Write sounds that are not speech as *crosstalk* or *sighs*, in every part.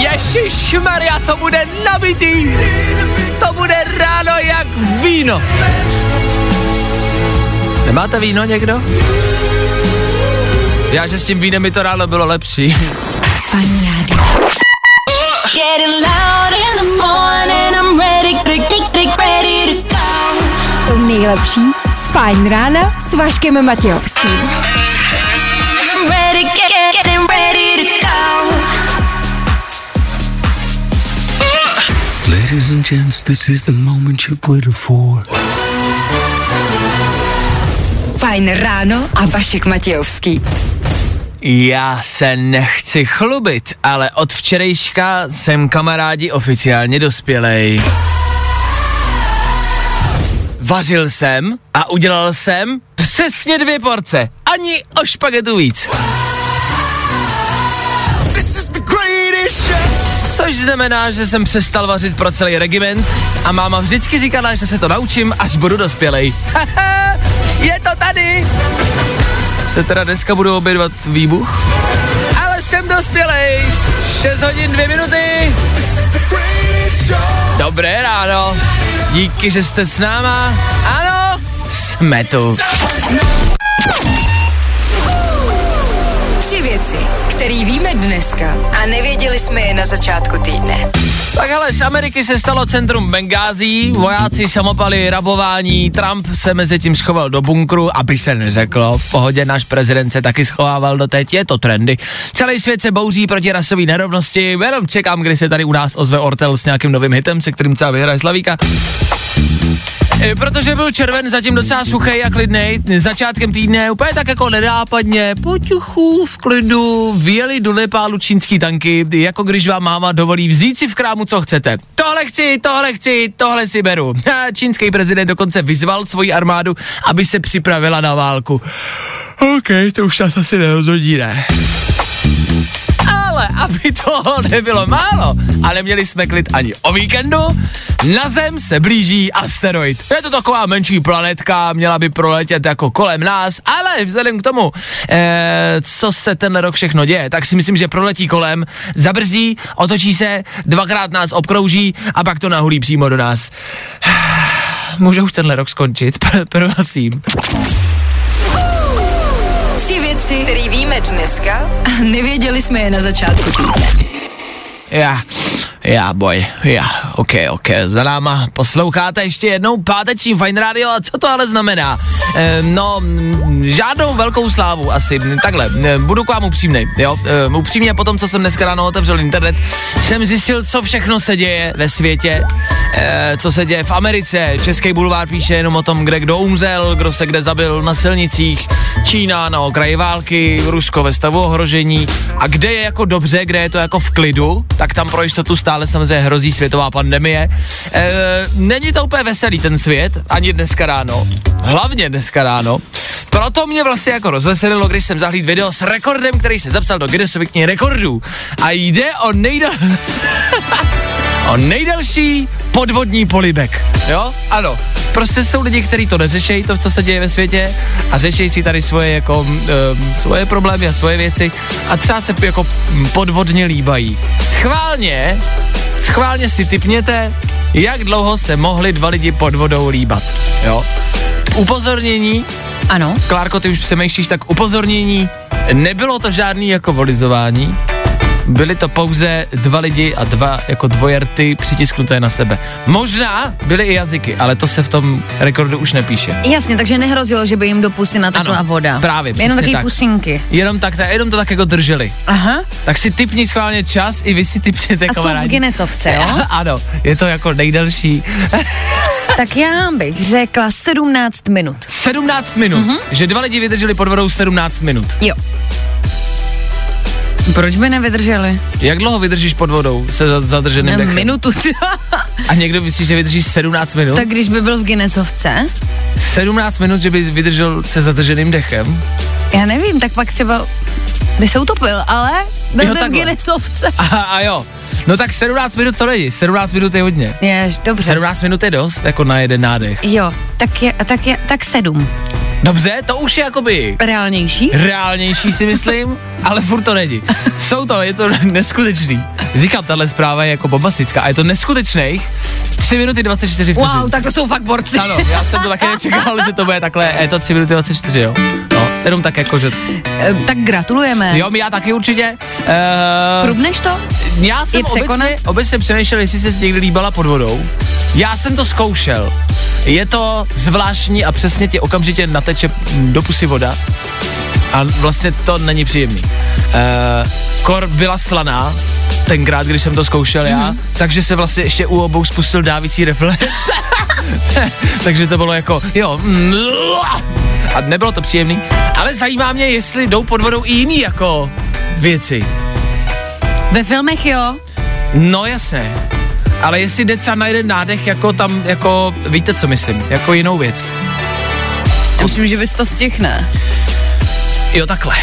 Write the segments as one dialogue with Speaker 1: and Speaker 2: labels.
Speaker 1: Ježíš Maria, to bude nabitý. To bude ráno jak víno. Nemáte víno někdo? Já, že s tím vínem mi to ráno bylo lepší.
Speaker 2: Fajn rádio. To nejlepší z Fajn rána s Vaškem Matějovským.
Speaker 3: Ladies and gents, this is the moment you've waited for.
Speaker 2: Fajn ráno a Vašek Matějovský.
Speaker 1: Já se nechci chlubit, ale od včerejška jsem kamarádi oficiálně dospělej. Vařil jsem a udělal jsem přesně dvě porce, ani o špagetu víc. Což znamená, že jsem přestal vařit pro celý regiment a máma vždycky říkala, že se to naučím, až budu dospělej. *laughs* Haha, je to tady! Se teda dneska budu obědvat výbuch? Ale jsem dospělej! 6 hodin 2 minuty! Dobré ráno! Díky, že jste s náma. Ano, jsme tu.
Speaker 2: Tři věci, které víme dneska a nevěděli jsme je na začátku týdne.
Speaker 1: Tak hele, z Ameriky se stalo centrum Bengází, vojáci samopali rabování, Trump se mezi tím schoval do bunkru, aby se neřeklo, v pohodě náš prezident se taky schovával do teď, je to trendy. Celý svět se bouří proti rasové nerovnosti, jenom čekám, kdy se tady u nás ozve Ortel s nějakým novým hitem, se kterým třeba vyhraje Slavíka. E, Protože byl červen zatím docela suchý a klidný, začátkem týdne úplně tak jako nedápadně, potichu, v klidu, vyjeli do Nepálu čínský tanky, jako když vám máma dovolí vzít si v krámu, co chcete. Tohle chci, tohle chci, tohle si beru. A Čínský prezident dokonce vyzval svoji armádu, aby se připravila na válku. OK, to už nás asi nerozhodí, ne? Ale aby toho nebylo málo a neměli jsme klid ani o víkendu, na Zem se blíží asteroid. Je to taková menší planetka, měla by proletět jako kolem nás, ale vzhledem k tomu, eh, co se ten rok všechno děje, tak si myslím, že proletí kolem, zabrzdí, otočí se, dvakrát nás obkrouží a pak to nahulí přímo do nás. *sighs* Může už tenhle rok skončit, *laughs* pr- prosím.
Speaker 2: Tři věci, které víme dneska a nevěděli jsme je na začátku týdne.
Speaker 1: Já, já boj, já, ok, ok, za náma posloucháte ještě jednou páteční Fine Radio a co to ale znamená? E, no, mm, žádnou velkou slávu asi, Mm, takhle, e, budu k vám upřímnej, jo, e, upřímně po tom, co jsem dneska ráno otevřel internet, jsem zjistil, co všechno se děje ve světě, e, co se děje v Americe, Český bulvár píše jenom o tom, kde kdo umřel, kdo se kde zabil na silnicích, Čína na okraji války, Rusko ve stavu ohrožení a kde je jako dobře, kde je to jako v klidu, tak tam pro jistotu stále samozřejmě hrozí světová pandemie. E, není to úplně veselý ten svět, ani dneska ráno, hlavně dneska ráno. Proto mě vlastně jako rozveselilo, když jsem zahlíd video s rekordem, který se zapsal do Guinnessovy knihy rekordů. A jde o nejdal... *laughs* o nejdelší podvodní polibek. Jo? Ano. Prostě jsou lidi, kteří to neřešejí, to, co se děje ve světě a řeší si tady svoje jako um, svoje problémy a svoje věci a třeba se jako mm, podvodně líbají. Schválně, schválně si typněte, jak dlouho se mohli dva lidi pod vodou líbat. Jo? Upozornění,
Speaker 4: Ano.
Speaker 1: Klárko, ty už přemýšlíš, tak upozornění, nebylo to žádný jako volizování, byli to pouze dva lidi a dva jako dvojerty přitisknuté na sebe. Možná byly i jazyky, ale to se v tom rekordu už nepíše.
Speaker 4: Jasně, takže nehrozilo, že by jim do pusy natekla
Speaker 1: Ano,
Speaker 4: voda.
Speaker 1: právě, přesně
Speaker 4: Jenom taky
Speaker 1: tak.
Speaker 4: pusinky.
Speaker 1: Jenom tak, ta- jenom to tak jako drželi.
Speaker 4: Aha.
Speaker 1: Tak si typni schválně čas i vy si typněte
Speaker 4: A jsou v
Speaker 1: kamarádi.
Speaker 4: Guinnessovce, jo?
Speaker 1: *laughs* ano, je to jako nejdelší.
Speaker 4: tak já bych řekla 17 minut.
Speaker 1: 17 minut,
Speaker 4: Mhm.
Speaker 1: mm-hmm. že dva lidi vydrželi pod vodou 17 minut.
Speaker 4: Jo. Proč by nevydrželi?
Speaker 1: Jak dlouho vydržíš pod vodou se za- zadrženým
Speaker 4: Ne,
Speaker 1: dechem?
Speaker 4: minutu.
Speaker 1: A někdo myslí, že vydržíš 17 minut?
Speaker 4: tak když by byl v Guinnessovce,
Speaker 1: 17 minut, že by vydržel se zadrženým dechem.
Speaker 4: já nevím, tak pak třeba by se utopil, ale byl
Speaker 1: Jo,
Speaker 4: by v
Speaker 1: takhle.
Speaker 4: Guinnessovce.
Speaker 1: A, a jo, no tak 17 minut to není, 17 minut je hodně.
Speaker 4: Jež, dobře.
Speaker 1: 17 minut je dost, jako na jeden nádech.
Speaker 4: Jo, tak, je, tak, je, tak sedm.
Speaker 1: Dobře, to už je jakoby
Speaker 4: Reálnější?
Speaker 1: reálnější si myslím, ale furt to není. Jsou to, je to neskutečný. Říkám, tahle zpráva je jako bombastická a je to neskutečných 3 minuty 24 vteřin.
Speaker 4: Wow, tak to jsou fakt borci.
Speaker 1: Ano, já jsem to také nečekal, že to bude takhle, je to 3 minuty 24, jo. No, jenom tak jako, že...
Speaker 4: Eh, tak gratulujeme.
Speaker 1: Jo, my já taky určitě. Uh,
Speaker 4: Průbneš to?
Speaker 1: já jsem
Speaker 4: je překonat?
Speaker 1: obecně, obecně přemýšlel, jestli se někdy líbala pod vodou. Já jsem to zkoušel. Je to zvláštní a přesně ti okamžitě nateče do pusy voda. A vlastně to není příjemný. Uh, kor byla slaná, tenkrát, když jsem to zkoušel mm-hmm. já, takže se vlastně ještě u obou spustil dávící reflex. *laughs* takže to bylo jako, jo, mm, a nebylo to příjemný. Ale zajímá mě, jestli jdou pod vodou i jiný jako věci.
Speaker 4: Ve filmech jo.
Speaker 1: No jasně. Ale jestli jde třeba na jeden nádech, jako tam, jako, víte, co myslím, jako jinou věc.
Speaker 4: Já myslím, že bys to stihl, ne?
Speaker 1: Jo, takhle.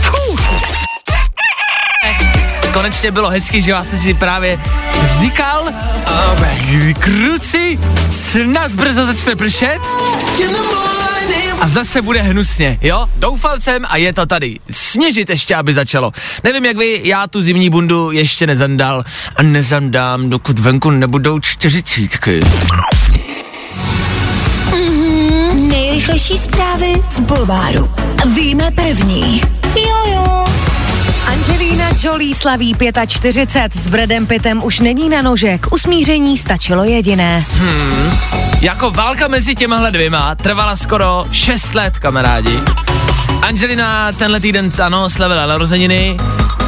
Speaker 1: Fuh. Eh, Konečně bylo hezky, že vás si právě vznikal. Kruci, snad brzo začne pršet. A zase bude hnusně, jo? Doufal jsem a je to tady. Sněžit ještě, aby začalo. Nevím jak vy, já tu zimní bundu ještě nezandal a nezandám, dokud venku nebudou čtyřicítky.
Speaker 5: Nejrychlejší zprávy z Bulváru. Víme první. Jojo.
Speaker 6: Angelina Jolie slaví 45. S Bradem Pittem už není na nože. K usmíření stačilo jediné.
Speaker 1: Jako válka mezi těmahle dvěma trvala skoro 6 let, kamarádi. Angelina tenhle týden, ano, slavila narozeniny,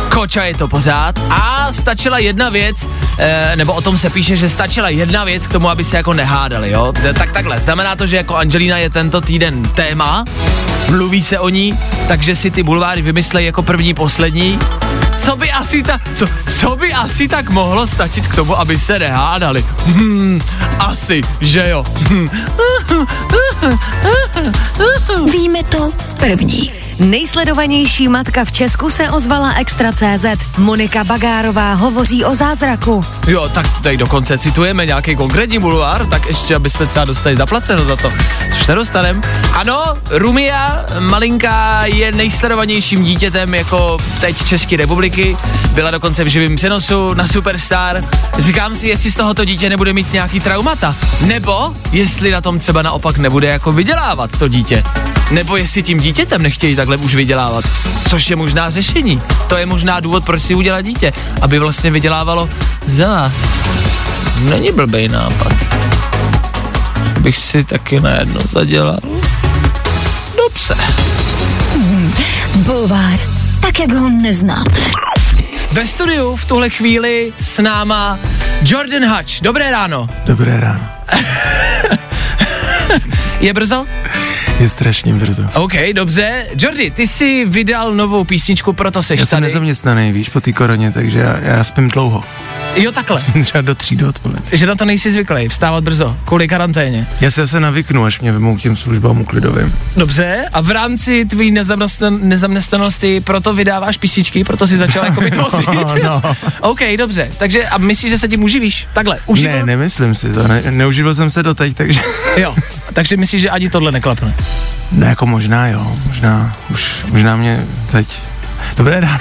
Speaker 1: koča je to pořád a stačila jedna věc, eh, nebo o tom se píše, že stačila jedna věc k tomu, aby se jako nehádali, jo? Eh, Tak takhle, znamená to, že jako Angelina je tento týden téma, mluví se o ní, takže si ty bulváry vymyslej jako první, poslední. Co by asi ta, co, co by asi tak mohlo stačit k tomu, aby se nehádali? Hmm, asi, že jo. Hmm. *laughs*
Speaker 5: Víme to první.
Speaker 6: Nejsledovanější matka v Česku se ozvala Extra.cz. Monika Bagárová hovoří o zázraku.
Speaker 1: Jo, tak tady dokonce citujeme nějaký konkrétní bulvár, tak ještě, aby jsme třeba dostali zaplaceno za to, což nedostanem. Ano, Rumia, malinká, je nejsledovanějším dítětem jako teď České republiky. Byla dokonce v živém přenosu na Superstar. Říkám si, jestli z tohoto dítě nebude mít nějaký traumata, nebo jestli na tom třeba naopak nebude jako vydělávat to dítě. Nebo jestli tím dítětem nechtějí takhle už vydělávat, což je možná řešení. To je možná důvod, proč si udělat dítě, aby vlastně vydělávalo za vás. Není blbej nápad. Bych si taky najednou zadělal. Dobře.
Speaker 5: Bulvár. Tak, jak ho neznáte.
Speaker 1: Ve studiu v tuhle chvíli s náma Jordan Hutch. Dobré ráno.
Speaker 3: Dobré ráno.
Speaker 1: *laughs* Je brzo?
Speaker 3: Je strašně brzo.
Speaker 1: OK, dobře. Jordi, ty jsi vydal novou písničku, proto seš
Speaker 3: Já jsem
Speaker 1: tady.
Speaker 3: nezaměstnaný, víš, po té koroně, takže já, já spím dlouho.
Speaker 1: Jo, takhle.
Speaker 3: *laughs* Třeba do tří do odpoledne.
Speaker 1: Že na to nejsi zvyklý, vstávat brzo, kvůli karanténě.
Speaker 3: Já se zase navyknu, až mě vymou k těm službám uklidovým.
Speaker 1: Dobře, a v rámci tvý nezaměstnan- nezaměstnanosti proto vydáváš písničky, proto si začal jako *laughs* vytvořit.
Speaker 3: no.
Speaker 1: OK, dobře, takže a myslíš, že se tím uživíš? Takhle, uživil?
Speaker 3: Ne, nemyslím si to, ne, neuživil jsem se doteď, takže... *laughs*
Speaker 1: Jo, takže myslíš, že ani tohle neklapne.
Speaker 3: No jako možná jo, možná, už, možná mě teď... Dobré ráno.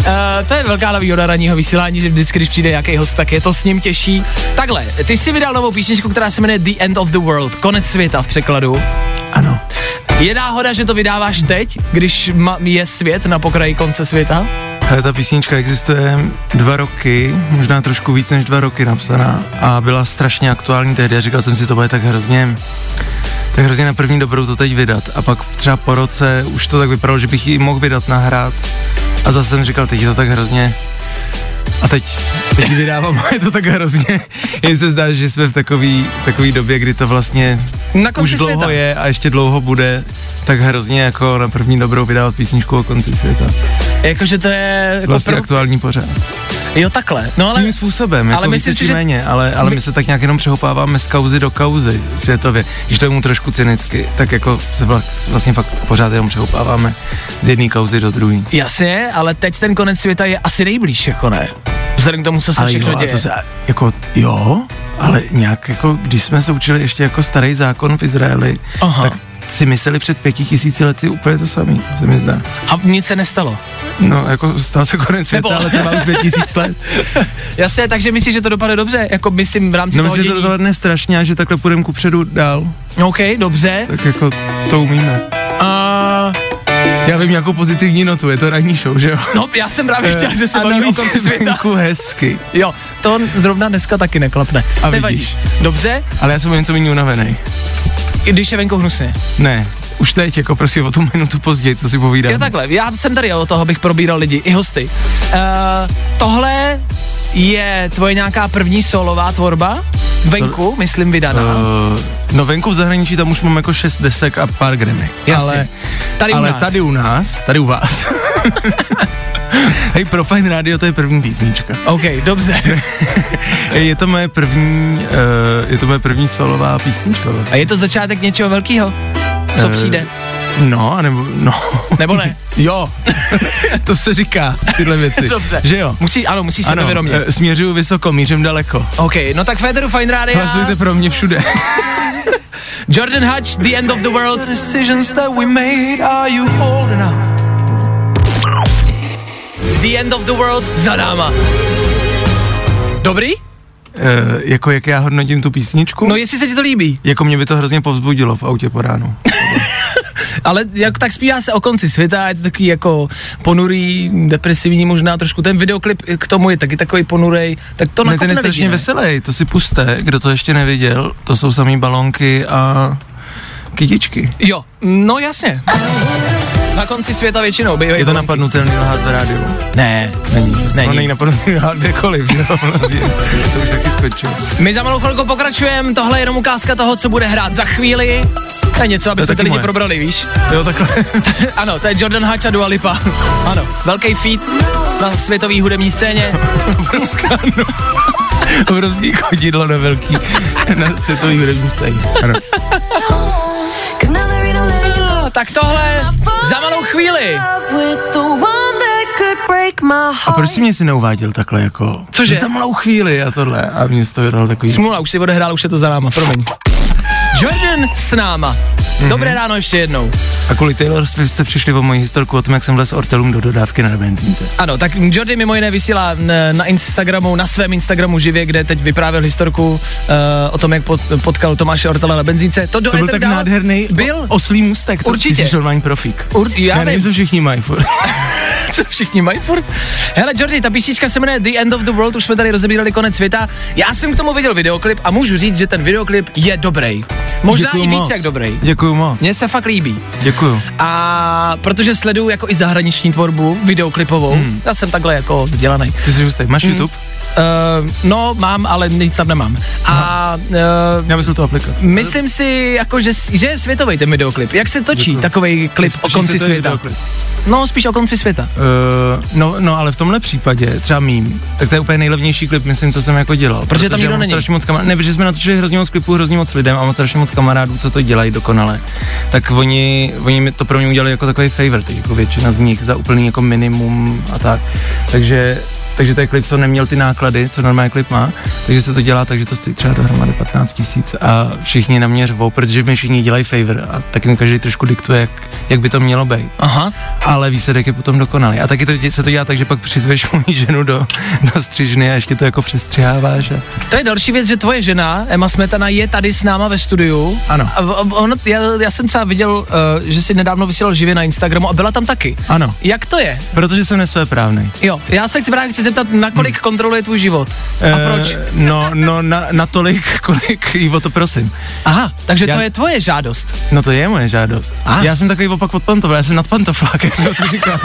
Speaker 1: Uh, to je velká výhoda ranního vysílání, že vždycky, když přijde nějaký host, tak je to s ním těžší. Takhle, ty jsi vydal novou písničku, která se jmenuje The End of the World, konec světa v překladu.
Speaker 3: Ano.
Speaker 1: Je náhoda, že to vydáváš teď, když ma- je svět na pokraji konce světa?
Speaker 3: Ale ta písnička existuje dva roky, možná trošku víc než dva roky napsaná a byla strašně aktuální tehdy a říkal jsem si, to bude tak hrozně tak hrozně na první dobrou to teď vydat a pak třeba po roce už to tak vypadalo, že bych ji mohl vydat, nahrát a zase jsem říkal, teď je to tak hrozně a teď, teď ji vydávám *laughs* a je to tak hrozně. Jen se zdá, že jsme v takový, takový době, kdy to vlastně
Speaker 1: Na konci
Speaker 3: už dlouho
Speaker 1: světa.
Speaker 3: je a ještě dlouho bude tak hrozně jako na první dobrou vydávat písničku o konci světa.
Speaker 1: Jakože to je... Jako
Speaker 3: Vlastně
Speaker 1: pro-
Speaker 3: aktuální pořád.
Speaker 1: Jo, takhle. No ale...
Speaker 3: Svým způsobem, jako
Speaker 1: ale
Speaker 3: ale
Speaker 1: myslím si,
Speaker 3: myslím
Speaker 1: že-
Speaker 3: méně, ale, ale my se tak nějak jenom přehopáváme z kauzy do kauzy světově. Když to je mu trošku cynicky, tak jako se vla- vlastně fakt pořád jenom přehopáváme z jedné kauzy do druhé.
Speaker 1: Jasně, ale teď ten konec světa je asi nejblíž, jako ne? Z vzhledem k tomu, co se
Speaker 3: ale
Speaker 1: všechno
Speaker 3: jo, a
Speaker 1: děje.
Speaker 3: To se, jako, jo, ale nějak jako, když jsme se učili ještě jako starý zákon v Izraeli,
Speaker 1: Aha.
Speaker 3: tak si mysleli před pěti tisíci lety úplně to samé, se mi zdá.
Speaker 1: A nic se nestalo.
Speaker 3: No, jako stál se konec světa,
Speaker 1: Nebo-
Speaker 3: ale trvá už pět tisíc let.
Speaker 1: Jasně, takže myslíš, že to dopadne dobře, jako myslím v rámci
Speaker 3: No,
Speaker 1: toho
Speaker 3: myslím, že to
Speaker 1: dění.
Speaker 3: dopadne strašně a že takhle půjdeme kupředu dál.
Speaker 1: OK, dobře.
Speaker 3: Tak jako to umíme.
Speaker 1: A...
Speaker 3: Já vím nějakou pozitivní notu, je to ranní show, že jo?
Speaker 1: No, *laughs* já jsem právě
Speaker 3: Eh,
Speaker 1: chtěl, že se bavíme o konci
Speaker 3: *laughs*
Speaker 1: světa.
Speaker 3: venku hezky.
Speaker 1: Jo, to zrovna dneska taky neklapne.
Speaker 3: A
Speaker 1: Nevadí.
Speaker 3: vidíš.
Speaker 1: Dobře,
Speaker 3: Ale já jsem o něco méně unavený.
Speaker 1: i když je venku hnusně.
Speaker 3: Ne, už teď, jako prostě o tu minutu později, co si povídám.
Speaker 1: Jo, takhle, já jsem tady o toho, abych probíral lidi, i hosty. Uh, tohle je tvoje nějaká první solová tvorba? Venku, myslím, vydaná. Uh,
Speaker 3: Uh, no venku v zahraničí tam už mám jako šest desek a pár gremy.
Speaker 1: Jasně.
Speaker 3: Ale,
Speaker 1: Tady u
Speaker 3: Eh, ale
Speaker 1: nás.
Speaker 3: tady u nás, tady u vás. *laughs* Hej, pro Fine Radio to je první písnička.
Speaker 1: OK, dobře.
Speaker 3: *laughs* Je to moje první, uh, je to moje první solová písnička
Speaker 1: A
Speaker 3: vlastně.
Speaker 1: je to začátek něčeho velkého? Co
Speaker 3: Eh,
Speaker 1: přijde?
Speaker 3: No, nebo, no.
Speaker 1: Nebo
Speaker 3: *laughs*
Speaker 1: ne?
Speaker 3: Jo, to se říká, tyhle
Speaker 1: *laughs*
Speaker 3: věci.
Speaker 1: Dobře.
Speaker 3: Že jo?
Speaker 1: Musí, ano, musíš se to vědomě.
Speaker 3: eh, směřuju vysoko, mířím daleko.
Speaker 1: OK, no tak Federu Fine Radio.
Speaker 3: Hlasujte pro mě všude. *laughs*
Speaker 1: Jordan Hutch, The End of the World. The End of the World za náma. Dobrý?
Speaker 3: Eh, jako jak já hodnotím tu písničku?
Speaker 1: No jestli se ti to líbí.
Speaker 3: Jako mě by to hrozně povzbudilo v autě po ránu.
Speaker 1: Ale jak tak zpívá se o konci světa, je to takový jako ponurý, depresivní možná trošku. Ten videoklip k tomu je taky takový ponurej. Tak to
Speaker 3: ne, ten
Speaker 1: nakopne
Speaker 3: je
Speaker 1: lidi,
Speaker 3: strašně
Speaker 1: ne?
Speaker 3: veselý, to si puste, kdo to ještě neviděl, to jsou samý balonky a kytičky.
Speaker 1: Jo, no jasně. Na konci světa většinou bývají.
Speaker 3: Je to
Speaker 1: kolem-
Speaker 3: napadnutelný lhát v rádiu.
Speaker 1: Ne,
Speaker 3: Není.
Speaker 1: Není.
Speaker 3: No, není napadnutelný lhát kdekoliv, že jo? Vlastně, to už taky skočilo.
Speaker 1: My za malou chvilku pokračujeme, tohle je jenom ukázka toho, co bude hrát za chvíli. To je něco, abyste
Speaker 3: taky
Speaker 1: ty lidi
Speaker 3: moje.
Speaker 1: probrali, víš? *laughs*
Speaker 3: Jo, takhle. *laughs*
Speaker 1: ano, to je Jordan Hatch a Dua Lipa. *laughs* ano, velký feat na světové hudební scéně.
Speaker 3: Obrovská, no. Obrovský chodidlo na velký, na světový hudební scéně. Ano.
Speaker 1: tak tohle za malou chvíli.
Speaker 3: A proč jsi mě si neuváděl takhle jako?
Speaker 1: Cože?
Speaker 3: Za malou chvíli a tohle. A mě z toho vydal takový...
Speaker 1: Smůla, už si odehrál, už je to za náma, promiň. Jordan s náma.
Speaker 3: Mhm.
Speaker 1: Dobré ráno ještě jednou.
Speaker 3: A kvůli Taylor Swift jste přišli o moji historku o tom, jak jsem vlez ortelům do dodávky na benzínce.
Speaker 1: Ano, tak Jordy mimo jiné vysílá n- na Instagramu, na svém Instagramu živě, kde teď vyprávěl historku uh, o tom, jak pot, potkal Tomáše Ortela na benzínce. To, do
Speaker 3: To byl
Speaker 1: éteru
Speaker 3: tak
Speaker 1: dávat-
Speaker 3: nádherný
Speaker 1: Byl.
Speaker 3: o- oslý můstek. To,
Speaker 1: Určitě.
Speaker 3: Ty jsi normální profík.
Speaker 1: Ur- já,
Speaker 3: Já nevím, co všichni mají furt.
Speaker 1: *laughs* co všichni mají furt. Hele, Jordi, ta písnička se jmenuje The End of the World, už jsme tady rozebírali konec světa. Já jsem k tomu viděl videoklip a můžu říct, že ten videoklip je dobrý. Možná
Speaker 3: Děkuju
Speaker 1: i víc
Speaker 3: moc.
Speaker 1: jak dobrý.
Speaker 3: Děkuju moc.
Speaker 1: Mně se fakt líbí.
Speaker 3: Děkuju.
Speaker 1: A protože sleduju jako i zahraniční tvorbu, videoklipovou, hmm. já jsem takhle jako vzdělaný.
Speaker 3: Ty jsi hustý.
Speaker 1: Mm.
Speaker 3: Máš YouTube?
Speaker 1: Uh, no, mám, ale nic tam nemám. A uh,
Speaker 3: Já myslím tu aplikaci.
Speaker 1: myslím si, jako, že, s- že je světový ten videoklip. Jak se točí
Speaker 3: Děkuju.
Speaker 1: takový klip o
Speaker 3: Točí se
Speaker 1: konci
Speaker 3: to
Speaker 1: světa?
Speaker 3: videoklip.
Speaker 1: No, spíš o konci světa.
Speaker 3: Eh, no, no, ale v tomhle případě, třeba mým, tak to je úplně nejlevnější klip, myslím, co jsem jako dělal. Protože,
Speaker 1: tam nikdo
Speaker 3: já mám
Speaker 1: není.
Speaker 3: Strašně moc kamarádů, ne, protože jsme natočili hrozně moc klipů, hrozně moc lidem a mám strašně moc kamarádů, co to dělají dokonale. Tak oni, oni mi to pro mě udělali jako takový favorite, jako většina z nich za úplný jako minimum a tak. Takže takže to je klip, co neměl ty náklady, co normální klip má, takže se to dělá tak, že to stojí třeba dohromady 15 tisíc a všichni na mě řvou, protože mi všichni dělají favor a tak jim každý trošku diktuje, jak, jak by to mělo být
Speaker 1: Aha.
Speaker 3: ale výsledek je potom dokonalý. A taky to, dě- se to dělá tak, že pak přizveš *laughs* moji ženu do, do střižny a ještě to jako přestřiháváš. A...
Speaker 1: To je další věc, že tvoje žena, Emma Smetana, je tady s náma ve studiu.
Speaker 3: Ano.
Speaker 1: A v- a ono, já, já jsem třeba viděl, uh, že si nedávno vysílal živě na Instagramu a byla tam taky.
Speaker 3: Ano,
Speaker 1: Jak to je?
Speaker 3: protože jsem nesvéprávný.
Speaker 1: Jo, já se chci právě chci zeptat, nakolik hmm. kontroluje tvůj život. A proč?
Speaker 3: Eh, no, no na, natolik, *laughs* kolik jí o to prosím.
Speaker 1: Aha, takže
Speaker 3: já-
Speaker 1: to je tvoje žádost.
Speaker 3: No to je moje žádost.
Speaker 1: A.
Speaker 3: Já jsem takový opak od pantofla, já jsem nad pantoflák, *laughs* jak jsem to říkal.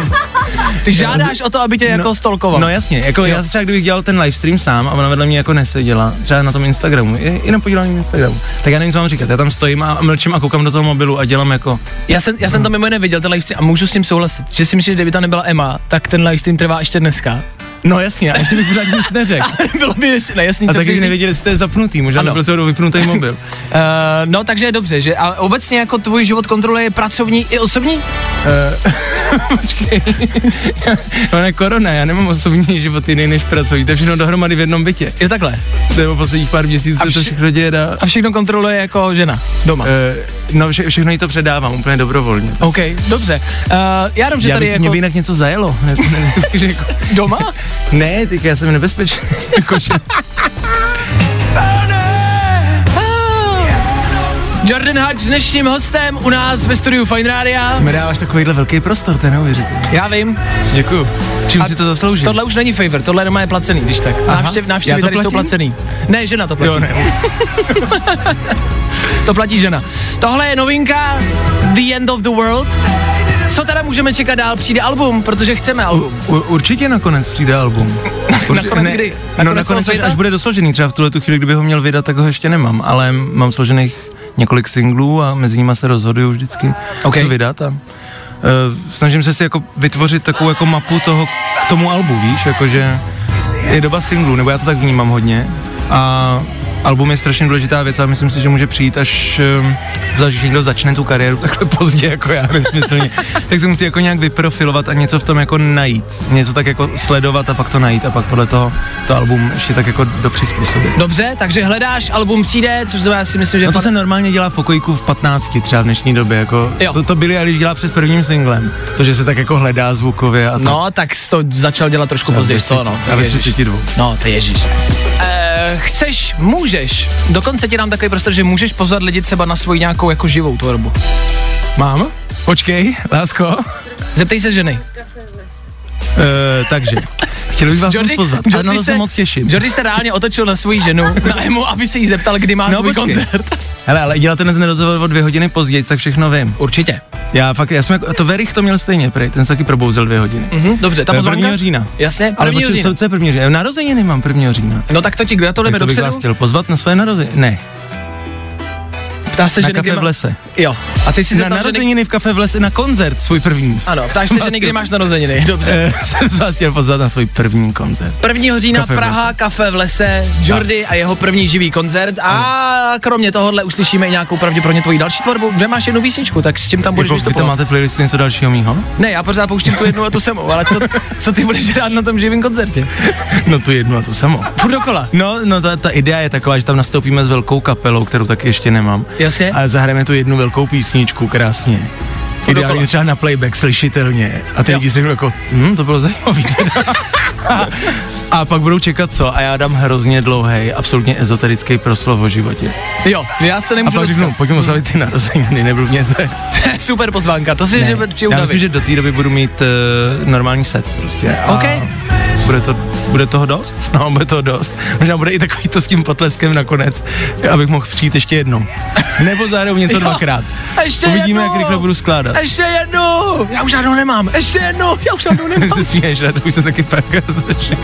Speaker 1: Ty žádáš o to, aby tě no, jako stolkoval.
Speaker 3: Eh, No jasně, jako já třeba kdybych dělal ten livestream sám a ona vedle mě jako neseděla, třeba na tom Instagramu, i, i na podílání Instagramu, tak já nevím, co mám říkat, já tam stojím a mlčím a koukám do toho mobilu a dělám jako,
Speaker 1: já, jsem, já jsem tam mimo jiné viděl ten livestream a můžu s tím souhlasit, že si myslím, že kdyby tam nebyla Emma, tak ten livestream trvá ještě dneska. *laughs*
Speaker 3: no jasně, a ještě bych pořád nic neřekl.
Speaker 1: Bylo by ještě nejasný,
Speaker 3: A
Speaker 1: co
Speaker 3: tak
Speaker 1: chci
Speaker 3: když
Speaker 1: říct.
Speaker 3: nevěděli, jestli to je zapnutý, možná
Speaker 1: Ano.
Speaker 3: to byl celou dobu vypnutý
Speaker 1: *laughs*
Speaker 3: mobil.
Speaker 1: Eh, no, takže je dobře, že a obecně jako tvůj život kontroluje pracovní i osobní?
Speaker 3: Počkej. Ona je korona, já nemám osobní život jiný než pracovní. To je všechno dohromady v jednom bytě.
Speaker 1: Jo, takhle.
Speaker 3: Nebo posledních pár měsíců
Speaker 1: A
Speaker 3: se to
Speaker 1: vši-
Speaker 3: všechno děje na...
Speaker 1: A všechno kontroluje jako žena doma.
Speaker 3: Eh, No, vše, všechno jí to předávám úplně dobrovolně.
Speaker 1: OK, dobře. Uh, já jenom, že
Speaker 3: Já
Speaker 1: tady
Speaker 3: bych,
Speaker 1: jako...
Speaker 3: mě by jinak něco zajelo. *laughs* Ne, ne,
Speaker 1: *laughs*
Speaker 3: řekl. *laughs*
Speaker 1: Doma?
Speaker 3: ne teď já
Speaker 1: *laughs*
Speaker 3: jsem nebezpečný. Jako, že-
Speaker 1: Jordan Hutch dnešním hostem u nás ve studiu Fine Radio.
Speaker 3: mi dáváš takovýhle velký prostor, to je neuvěřitelné.
Speaker 1: Já vím,
Speaker 3: Děkuju. Čím
Speaker 1: A
Speaker 3: si to zaslouží?
Speaker 1: tohle už není favor, tohle doma je placený, když tak.
Speaker 3: Aha.
Speaker 1: Návštěv,
Speaker 3: Já
Speaker 1: návštěvy
Speaker 3: to
Speaker 1: tady jsou
Speaker 3: platím?
Speaker 1: placený. Ne, žena to platí.
Speaker 3: Jo, ne.
Speaker 1: To platí žena. Tohle je novinka The End of the World. Co teda můžeme čekat dál? Přijde album, protože chceme album.
Speaker 3: U, určitě nakonec
Speaker 1: *laughs*
Speaker 3: přijde album. Urči-
Speaker 1: Nakonec kdy?
Speaker 3: No,
Speaker 1: Nakonec
Speaker 3: nakonec,
Speaker 1: toho
Speaker 3: až,
Speaker 1: světa?
Speaker 3: až bude dosložený. Třeba v tuhle tu chvíli, kdybych ho měl vydat, tak ho ještě nemám, ale mám složených několik singlů a mezi nimi se rozhoduju vždycky,
Speaker 1: OK.
Speaker 3: co vydat. A, uh, snažím se si jako vytvořit takovou jako mapu toho k tomu albu, víš, jakože je doba singlů, nebo já to tak vnímám hodně. A album je strašně důležitá věc a myslím si, že může přijít až ehm, zvlášť, když někdo začne tu kariéru takhle *laughs* pozdě jako já nesmyslně, tak se musí jako nějak vyprofilovat a něco v tom jako najít. Něco tak jako sledovat a pak to najít a pak podle toho to album ještě tak jako dopřizpůsobit.
Speaker 1: Dobře, takže hledáš, album přijde, což znamená, já si myslím, že
Speaker 3: No to
Speaker 1: No, fakt-
Speaker 3: se normálně dělá v pokojíku v 15 třeba v dnešní době, jako
Speaker 1: Jo.
Speaker 3: to, to byli Eilish dělá před prvním singlem, to, že se tak jako hledá zvukově a to.
Speaker 1: No, tak jsi to začal dělat trošku později, co no.
Speaker 3: Ale
Speaker 1: Ježiš.
Speaker 3: 32.
Speaker 1: No, to ježíš. Eh, chceš, můžeš, dokonce ti dám takový prostor, že můžeš pozvat lidi třeba na svoji nějakou jako živou tvorbu.
Speaker 3: Mám? Počkej, lásko.
Speaker 1: Zeptej se ženy.
Speaker 3: Eh, takže, chtěl bych vás moc pozvat. Jordy na to se moc těším.
Speaker 1: Jordy se reálně otočil na svoji
Speaker 3: *laughs*
Speaker 1: ženu, na Emu, aby se jí zeptal, kdy má
Speaker 3: No,
Speaker 1: svůj
Speaker 3: počkej.
Speaker 1: koncert.
Speaker 3: Hele, ale děláte ten rozhovor o dvě hodiny později, tak všechno vím.
Speaker 1: Určitě.
Speaker 3: Já fakt, já jsem, jako- to Verich to měl stejně, prej, ten se taky probouzel dvě hodiny.
Speaker 1: Mhm, dobře, ta
Speaker 3: Eh,
Speaker 1: pozvánka?
Speaker 3: 1. října.
Speaker 1: Jasně,
Speaker 3: Ale
Speaker 1: 1.
Speaker 3: počkej,
Speaker 1: října.
Speaker 3: co, co je první října? Narozeniny mám 1. října.
Speaker 1: No tak to ti
Speaker 3: Tak
Speaker 1: gratulujeme
Speaker 3: to bych
Speaker 1: dopředu.
Speaker 3: vás chtěl pozvat na své narozeniny. Ne,
Speaker 1: Ptá se,
Speaker 3: na
Speaker 1: že
Speaker 3: kafe
Speaker 1: někdy
Speaker 3: v
Speaker 1: má...
Speaker 3: lese.
Speaker 1: Jo, a ty si
Speaker 3: Na
Speaker 1: zeptal, že někdy...
Speaker 3: narozeniny v kafe v lese, na koncert svůj první.
Speaker 1: Ano, ptáš se,
Speaker 3: Jsem
Speaker 1: že
Speaker 3: vás
Speaker 1: někdy
Speaker 3: chtěl-
Speaker 1: máš narozeniny, dobře.
Speaker 3: Eh, *laughs* jsem se vás chtěl pozvat na svůj první koncert.
Speaker 1: 1. října
Speaker 3: Kafe v
Speaker 1: Praha,
Speaker 3: lese.
Speaker 1: kafe v lese, Jordy a jeho první živý koncert a kromě tohohle uslyšíme i nějakou pravděpodobně tvoji další tvorbu, kde máš jednu písničku, tak s tím tam budeš
Speaker 3: Jako, vy tam
Speaker 1: vystupovat.
Speaker 3: máte v playlistu něco dalšího mýho?
Speaker 1: Ne, já pořád pouštím tu jednu a tu samou, ale co, co ty budeš dát na tom živém koncertě?
Speaker 3: No tu jednu a tu samou.
Speaker 1: Furt dokola.
Speaker 3: No, no ta, ta idea je taková, že tam nastoupíme s velkou kapelou, kterou tak ještě nemám.
Speaker 1: Jasně.
Speaker 3: Ale zahrajeme tu jednu velkou písničku krásně.
Speaker 1: dokola.
Speaker 3: Ideálně třeba na playback slyšitelně. A ty
Speaker 1: Jo.
Speaker 3: lidi si řeknou jako, hm, to bylo zajímavý. *laughs* teda." a, a pak budou čekat co? A já dám hrozně dlouhý, absolutně ezoterický proslov o životě.
Speaker 1: Jo, já se
Speaker 3: A
Speaker 1: nemůžu
Speaker 3: pak řeknu,
Speaker 1: dočkat.
Speaker 3: pojďme oslavit ty narozeniny, neblbněte.
Speaker 1: To je *laughs* Super pozvánka, to si ne. že přijdu
Speaker 3: Já
Speaker 1: na
Speaker 3: myslím,
Speaker 1: vy.
Speaker 3: že do té doby budu mít uh, normální set prostě. A
Speaker 1: OK.
Speaker 3: Bude, to, bude toho dost? *laughs* No, bude toho dost. Možná bude i takový to s tím potleskem nakonec, abych mohl přijít ještě jednou. Nebo
Speaker 1: *laughs*
Speaker 3: zahraju něco dvakrát.
Speaker 1: A ještě
Speaker 3: Uvidíme,
Speaker 1: jednou.
Speaker 3: jak rychle budu skládat.
Speaker 1: Ještě jednou, já už žádnou nemám, ještě jednou, já už žádnou nemám.
Speaker 3: Ty *laughs* se smíješ, já to už jsem taky párkrát zažil.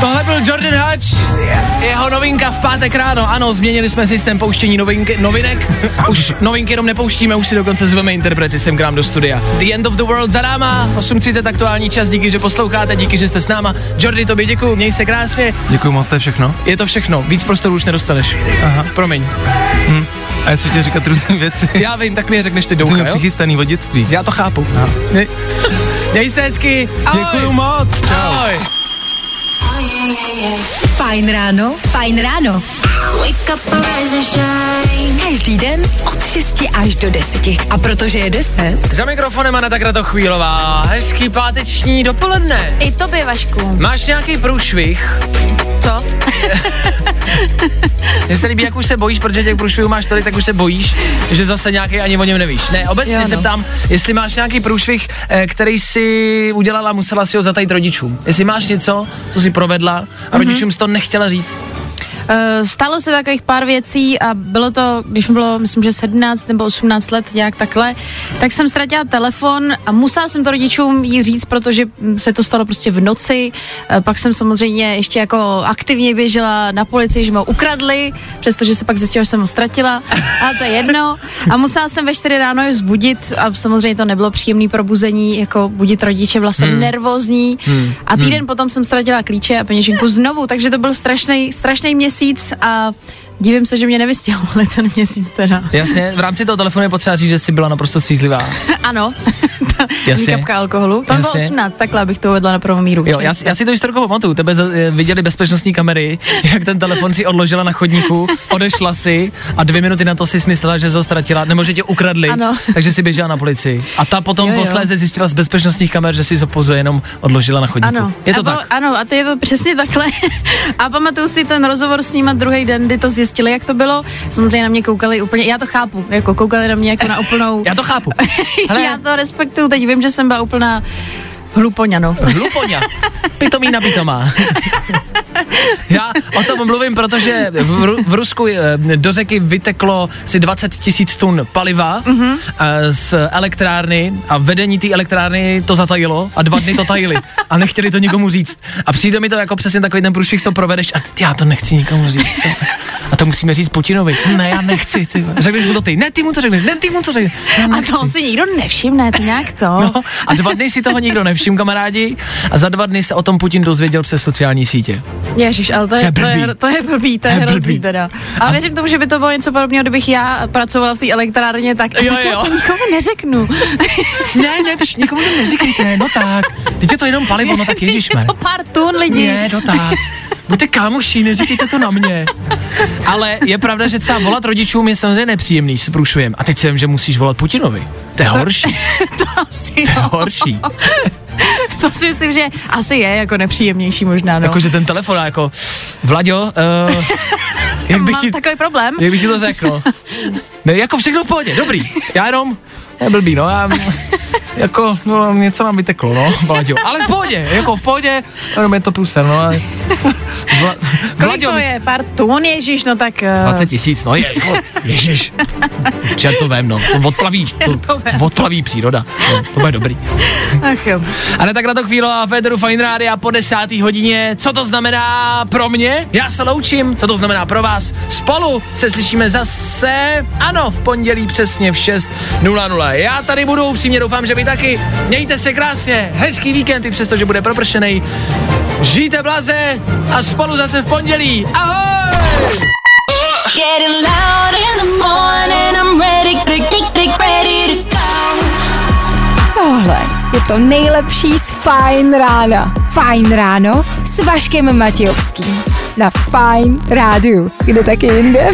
Speaker 1: Tohle byl Jordan Hutch, jeho novinka v pátek ráno. Ano, změnili jsme systém pouštění novinky, novinek. Už novinky jenom nepouštíme, už si dokonce zveme interprety sem k nám do studia. The End of the World za náma, 8.30 aktuální čas, díky, že posloucháte, díky, že jste s náma. Jordy, tobě děkuju, měj se krásně,
Speaker 3: Děkuji moc, to je všechno.
Speaker 1: je to všechno, víc prostoru už nedostaneš. Aha. Promiň,
Speaker 3: A já jsem chtěl říkat různé věci.
Speaker 1: já vím, tak mi je řekneš ty
Speaker 3: To
Speaker 1: doucha,
Speaker 3: mě
Speaker 1: jo?
Speaker 3: přichystaný od dětství.
Speaker 1: Já to chápu.
Speaker 3: Ne-
Speaker 1: Měj se hezky, ahoj.
Speaker 3: Děkuji moc.
Speaker 1: Ahoj.
Speaker 5: Fajn ráno, fajn ráno. Každý den od 6 až do 10. A protože je 10,
Speaker 1: Za mikrofonem Anna Takrato Chvílová, hezký páteční dopoledne.
Speaker 4: I tobě, Vašku.
Speaker 1: Máš nějaký průšvih?
Speaker 4: Co?
Speaker 1: Mně se líbí, jak už se bojíš, protože těch průšvihů máš tady, tak už se bojíš, že zase nějaký ani o něm nevíš. Ne, obecně
Speaker 4: Jo,
Speaker 1: no.
Speaker 4: no.
Speaker 1: se ptám, jestli máš nějaký průšvih, eh, který si udělala, musela si ho zatajit rodičům. Jestli máš něco, co si provedla a rodičům jsi to nechtěla říct.
Speaker 7: Eh, stalo se takových pár věcí a bylo to, když mi bylo, myslím, že 17 nebo 18 let, nějak takhle, tak jsem ztratila telefon a musela jsem to rodičům jí říct, protože mm, se to stalo prostě v noci. Eh, Pak jsem samozřejmě ještě jako aktivně běžela na policii, že mi ho ukradli, přestože se pak zjistilo, že jsem ho ztratila, ale to je jedno. A musela jsem ve 4 ráno je vzbudit a samozřejmě to nebylo příjemné probuzení, jako budit rodiče, byla
Speaker 1: Hmm.
Speaker 7: jsem nervózní a týden potom jsem ztratila klíče a peněženku znovu, takže to byl strašný, strašný měsíc a Divím se, že mě nevystěhovali ten měsíc teda.
Speaker 1: Jasně, v rámci toho telefonu je potřeba říct, že jsi byla naprosto střízlivá.
Speaker 7: ano, *laughs* ta
Speaker 1: Jasně.
Speaker 7: kapka alkoholu. Tam bylo
Speaker 1: Jasně.
Speaker 7: 18, takhle abych to uvedla na pravou míru.
Speaker 1: Jo, já,
Speaker 7: Čest.
Speaker 1: já si to historiku pamatuju, tebe za- eh, viděli bezpečnostní kamery, *laughs* jak ten telefon si odložila na chodníku, odešla si a dvě minuty na to si myslela, že jsi ho ztratila, nebo že tě ukradli,
Speaker 7: Ano.
Speaker 1: takže si běžela na policii. A ta potom
Speaker 7: Jo,
Speaker 1: jo,
Speaker 7: jo.
Speaker 1: posléze zjistila z bezpečnostních kamer, že si ho pouze jenom odložila na chodníku.
Speaker 7: Ano,
Speaker 1: Je to
Speaker 7: a bylo-
Speaker 1: tak?
Speaker 7: Ano, a to je to přesně takhle. *laughs* a pamatuju si ten rozhovor s nima druhý den, kdy to zjistili, jak to bylo. Samozřejmě na mě koukali úplně, já to chápu, jako koukali na mě jako na úplnou.
Speaker 1: *laughs* Já to
Speaker 7: *laughs*
Speaker 1: chápu.
Speaker 7: já to respektuju, teď vím, že jsem byla úplná hlupoňa, no.
Speaker 1: Hlupoňa. Pitomí na pitomá. Já o tom mluvím, protože v, Ru- v Rusku eh, do řeky vyteklo si 20 tisíc tun paliva
Speaker 7: Mhm.
Speaker 1: mm-hmm. z elektrárny a vedení té elektrárny to zatajilo a dva dny to tajili a nechtěli to nikomu říct. A přijde mi to jako přesně takový ten průšvih, co provedeš a ty, já to nechci nikomu říct. A to musíme říct Putinovi. Ne, já nechci. Ty. vole. Řekneš mu to ty. Ne, ty mu to řekneš. Ne, ty mu to řekneš. Já
Speaker 7: A
Speaker 1: nechci.
Speaker 7: to si nikdo nevšimne, to nějak to. No.
Speaker 1: No, a dva dny si toho nikdo nevšiml, kamarádi, a za dva dny se o tom Putin dozvěděl přes sociální sítě.
Speaker 7: Ježiš, ale to je,
Speaker 1: To
Speaker 7: to
Speaker 1: je
Speaker 7: je,
Speaker 1: blbý.
Speaker 7: to je, to je blbý, to je,
Speaker 1: To je
Speaker 7: hrozný
Speaker 1: blbý.
Speaker 7: teda. A, věřím tomu, že by to bylo něco podobného, kdybych já pracovala v té elektrárně, tak
Speaker 1: Jo,
Speaker 7: teď
Speaker 1: jo.
Speaker 7: já to nikomu neřeknu.
Speaker 1: Ne, ne, pš, nikomu to neříkejte, no tak. Teď je to jenom palivo, no tak ježišme. *laughs*
Speaker 7: *laughs* je to pár tun lidí.
Speaker 1: Ne, no tak. Buďte kámoši, neříkejte to na mě. Ale je pravda, že třeba volat rodičům je samozřejmě nepříjemný s průšvihem. A teď si vím, že musíš volat Putinovi. To je horší,
Speaker 7: To *laughs* asi,
Speaker 1: to je
Speaker 7: no.
Speaker 1: horší.
Speaker 7: *laughs* To si myslím, že asi je jako nepříjemnější možná, no.
Speaker 1: Jakože ten telefon, jako, Vlaďo, *laughs* uh, jak bych
Speaker 7: Mám
Speaker 1: ti...
Speaker 7: takový problém.
Speaker 1: Jak bych ti to řekl? Ne, jako všechno v pohodě, dobrý. Já jenom, je blbý, no, já, jako, no, něco nám vyteklo, no, Vlaďo. Ale v pohodě, jako v pohodě, jenom je to průser, no, ale... Vla,
Speaker 7: Kolik to
Speaker 1: my-
Speaker 7: je? Pár tun, ježíš, no tak... eh,
Speaker 1: 20 tisíc, no, je, no, ježiš. Čertovém, no, to odplaví, to
Speaker 7: Čertovém.
Speaker 1: odplaví příroda, no, to bude dobrý.
Speaker 7: Ach jo.
Speaker 1: Ale tak na to chvíli a Federu Fine Radio po 10. hodině. Co to znamená pro mě? Já se loučím. Co to znamená pro vás? Spolu se slyšíme zase, ano, v pondělí přesně v 6.00. Já tady budu, upřímně doufám, že vy taky. Mějte se krásně, hezký víkend, i přesto, že bude propršený. Žijte blaze a spolu zase v pondělí. Ahoj!
Speaker 8: Getting loud in the morning, I'm ready, ready, ready, ready to go.
Speaker 5: Tohle je to nejlepší z Fajn rána. Fajn ráno s *laughs* Vaškem Matějovským. Na Fajn rádu. Kde taky jinde?